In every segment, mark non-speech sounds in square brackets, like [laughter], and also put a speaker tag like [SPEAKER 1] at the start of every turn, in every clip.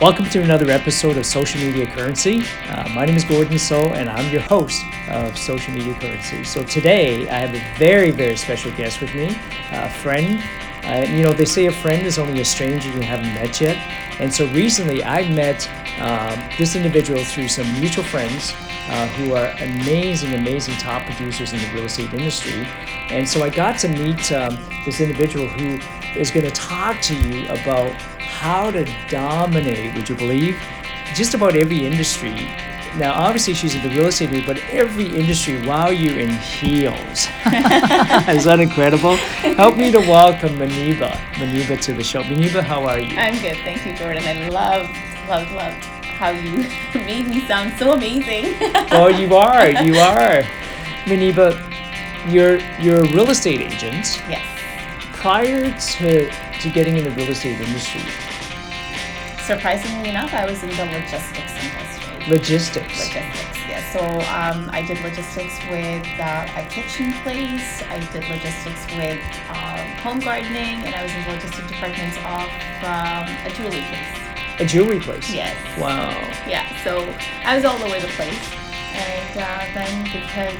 [SPEAKER 1] Welcome to another episode of Social Media Currency. Uh, my name is Gordon So, and I'm your host of Social Media Currency. So today, I have a very, very special guest with me, a friend. Uh, you know, they say a friend is only a stranger you haven't met yet. And so recently, I met um, this individual through some mutual friends uh, who are amazing, amazing top producers in the real estate industry. And so I got to meet um, this individual who is going to talk to you about how to dominate, would you believe? Just about every industry. Now, obviously, she's in the real estate industry, but every industry, wow, you're in heels. Is that incredible? Help me to welcome Maniba, Maniba to the show. Maniba, how are you?
[SPEAKER 2] I'm good, thank you, Jordan. I love, love, love how you [laughs] made me sound so amazing. [laughs]
[SPEAKER 1] well, you are, you are. Maniba, you're, you're a real estate agent.
[SPEAKER 2] Yes.
[SPEAKER 1] Prior to, to getting in the real estate industry,
[SPEAKER 2] surprisingly enough, I was in the logistics industry.
[SPEAKER 1] Logistics.
[SPEAKER 2] Logistics, yeah. So um, I did logistics with uh, a kitchen place. I did logistics with um, home gardening, and I was in the logistics department of um, a jewelry place.
[SPEAKER 1] A jewelry place?
[SPEAKER 2] Yes.
[SPEAKER 1] Wow.
[SPEAKER 2] Yeah. So I was all over the place, and uh, then because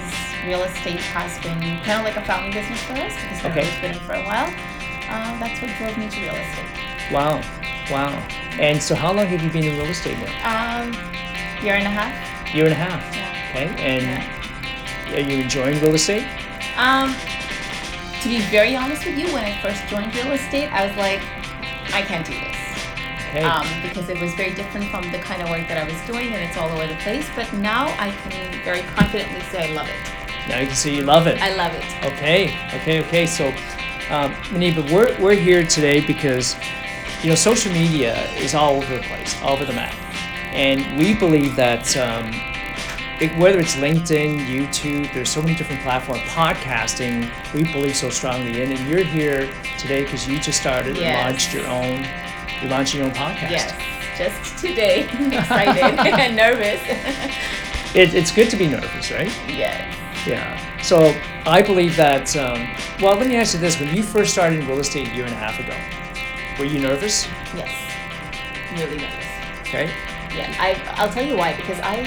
[SPEAKER 2] real estate has been kind of like a family business for us because my
[SPEAKER 1] Okay.
[SPEAKER 2] has been in for a while. Um, that's what drove me to real estate.
[SPEAKER 1] Wow. Wow. And so, how long have you been in real estate now?
[SPEAKER 2] Um, year and a half.
[SPEAKER 1] Year and a half.
[SPEAKER 2] Yeah.
[SPEAKER 1] Okay. And are you enjoying real estate?
[SPEAKER 2] Um, to be very honest with you, when I first joined real estate, I was like, I can't do this
[SPEAKER 1] Okay.
[SPEAKER 2] um, because it was very different from the kind of work that I was doing, and it's all over the place. But now I can very confidently say I love it.
[SPEAKER 1] now you can see you love it.
[SPEAKER 2] I love it.
[SPEAKER 1] Okay, okay, okay. So, um, Maniba, we're, we're here today because, you know, social media is all over the place, all over the map. And we believe that um, it, whether it's LinkedIn, YouTube, there's so many different platforms, podcasting, we believe so strongly in. And you're here today because you just started
[SPEAKER 2] Yes.
[SPEAKER 1] and launched your own, you launched your own podcast.
[SPEAKER 2] Yes, just today. [laughs] Excited and nervous. [laughs]
[SPEAKER 1] It, it's good to be nervous, right?
[SPEAKER 2] yes.
[SPEAKER 1] Yeah. So I believe that. Um, well, let me ask you this: When you first started in real estate a year and a half ago, were you nervous?
[SPEAKER 2] Yes. Really nervous.
[SPEAKER 1] Okay.
[SPEAKER 2] Yeah. I I'll tell you why because I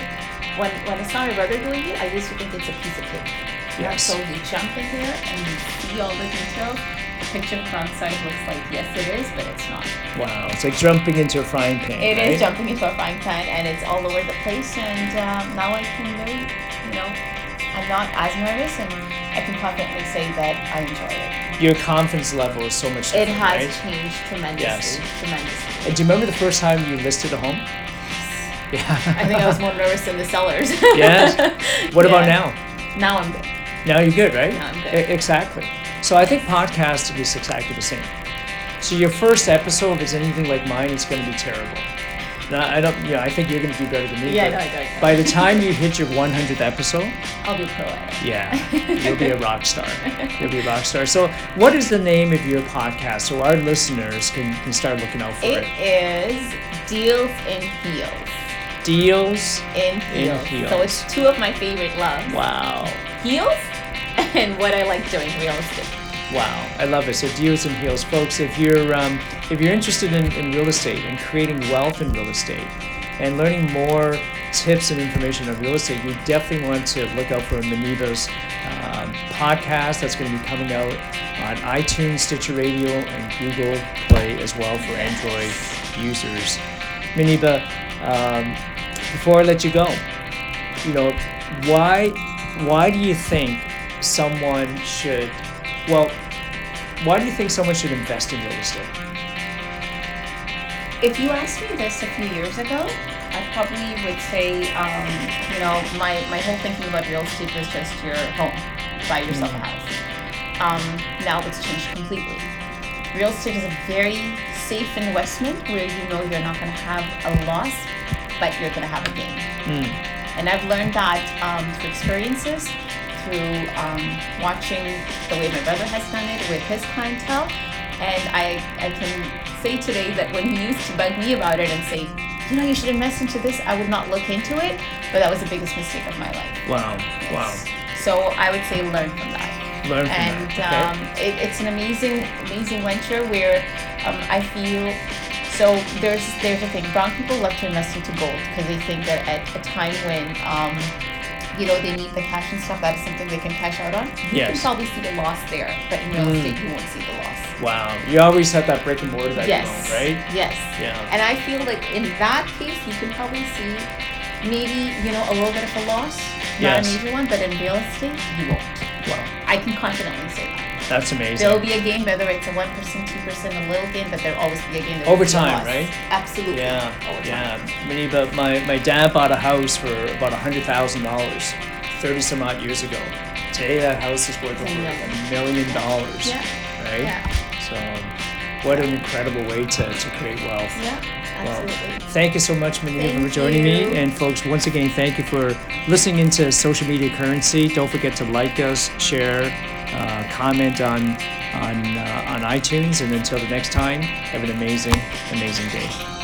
[SPEAKER 2] when when I saw my brother doing it, I used to think it's a piece of cake. Yeah,
[SPEAKER 1] Yes.
[SPEAKER 2] So we jump in there and we see all the details. The picture front side looks like yes it is, but it's not.
[SPEAKER 1] Wow. It's like jumping into a frying pan.
[SPEAKER 2] It is
[SPEAKER 1] right?
[SPEAKER 2] jumping into a frying pan and it's all over the place and um, now I can really you know I'm not as nervous and I can confidently say that I enjoy it.
[SPEAKER 1] Your confidence level is so much.
[SPEAKER 2] It
[SPEAKER 1] Different,
[SPEAKER 2] has
[SPEAKER 1] Right?
[SPEAKER 2] changed tremendously,
[SPEAKER 1] Yes.
[SPEAKER 2] tremendously.
[SPEAKER 1] And do you remember the first time you listed a home? Yeah.
[SPEAKER 2] I think
[SPEAKER 1] [laughs]
[SPEAKER 2] I was more nervous than the sellers. [laughs]
[SPEAKER 1] Yes. What about
[SPEAKER 2] Yeah.
[SPEAKER 1] now?
[SPEAKER 2] Now I'm good.
[SPEAKER 1] Now you're good, right?
[SPEAKER 2] Now I'm good.
[SPEAKER 1] E- exactly. So I think podcast is exactly the same. So your first episode, if it's anything like mine, it's going to be terrible. Now, I don't. Yeah, I think you're going to do better than me.
[SPEAKER 2] Yeah,
[SPEAKER 1] but
[SPEAKER 2] no, I don't know.
[SPEAKER 1] By the time you hit your 100th episode,
[SPEAKER 2] I'll be pro at it. [laughs]
[SPEAKER 1] yeah, you'll be a rock star. You'll be a rock star. So, what is the name of your podcast so our listeners can, can start looking out for
[SPEAKER 2] It
[SPEAKER 1] it?
[SPEAKER 2] is Deals in Heels.
[SPEAKER 1] Deals.
[SPEAKER 2] In Heels. So
[SPEAKER 1] Heels.
[SPEAKER 2] it's two of my favorite loves.
[SPEAKER 1] Wow.
[SPEAKER 2] Heels [laughs] and what I like doing, real estate.
[SPEAKER 1] Wow, I love it. So deals and heels, folks. If you're um, if you're interested in, in real estate and creating wealth in real estate, and learning more tips and information on real estate, you definitely want to look out for Maniba's um, podcast. That's going to be coming out on iTunes, Stitcher Radio, and Google Play as well for Android users. Maniba, um, before I let you go, you know why why do you think someone should well why do you think someone should invest in real estate
[SPEAKER 2] If you asked me this a few years ago, I probably would say, um, you know, my, my whole thinking about real estate was just your home, buy yourself a house. Um, now it's changed completely. Real estate is a very safe investment where you know you're not going to have a loss, but you're going to have a gain.
[SPEAKER 1] Hmm.
[SPEAKER 2] And I've learned that um, through experiences, through um, watching the way my brother has done it with his clientele. And I, I can say today that when he used to bug me about it and say, you know, you should invest into this, I would not look into it, but that was the biggest mistake of my life.
[SPEAKER 1] wow
[SPEAKER 2] So I would say learn from that
[SPEAKER 1] learn from
[SPEAKER 2] and
[SPEAKER 1] that
[SPEAKER 2] um, it, it's an amazing, amazing venture where um, I feel So there's there's a thing. Brown people love to invest into gold because they think that at a time when um, you know they need the cash and stuff, that is something they can cash out on. You
[SPEAKER 1] Yes.
[SPEAKER 2] can probably see the loss there, but in real
[SPEAKER 1] Mm.
[SPEAKER 2] estate you won't see the loss.
[SPEAKER 1] Wow. You always have that brick and mortar that
[SPEAKER 2] yes.
[SPEAKER 1] you own, right?
[SPEAKER 2] Yes.
[SPEAKER 1] Yeah.
[SPEAKER 2] And I feel like in that case you can probably see maybe you know a little bit of a loss,
[SPEAKER 1] Yes.
[SPEAKER 2] not a major one, but in real estate you won't.
[SPEAKER 1] Wow.
[SPEAKER 2] I can confidently say that.
[SPEAKER 1] That's amazing.
[SPEAKER 2] There'll be a game, whether it's a one percent, two percent, a little game, but there'll always be a game. that
[SPEAKER 1] Over
[SPEAKER 2] will be
[SPEAKER 1] time,
[SPEAKER 2] lost.
[SPEAKER 1] right?
[SPEAKER 2] Absolutely. Over
[SPEAKER 1] Yeah,
[SPEAKER 2] time.
[SPEAKER 1] yeah. Many, but my, my dad bought a house for about hundred thousand dollars, thirty some odd years ago. Today, that house is worth over
[SPEAKER 2] Ten million.
[SPEAKER 1] a million dollars.
[SPEAKER 2] Yeah.
[SPEAKER 1] Right.
[SPEAKER 2] Yeah.
[SPEAKER 1] So, what an incredible way to, to create wealth.
[SPEAKER 2] Yeah.
[SPEAKER 1] Well,
[SPEAKER 2] Absolutely.
[SPEAKER 1] thank you so much, Manita,
[SPEAKER 2] Thank
[SPEAKER 1] for joining
[SPEAKER 2] you.
[SPEAKER 1] me. And folks, once again, thank you for listening into Social Media Currency. Don't forget to like us, share, uh, comment on on uh, on iTunes. And until the next time, have an amazing, amazing day.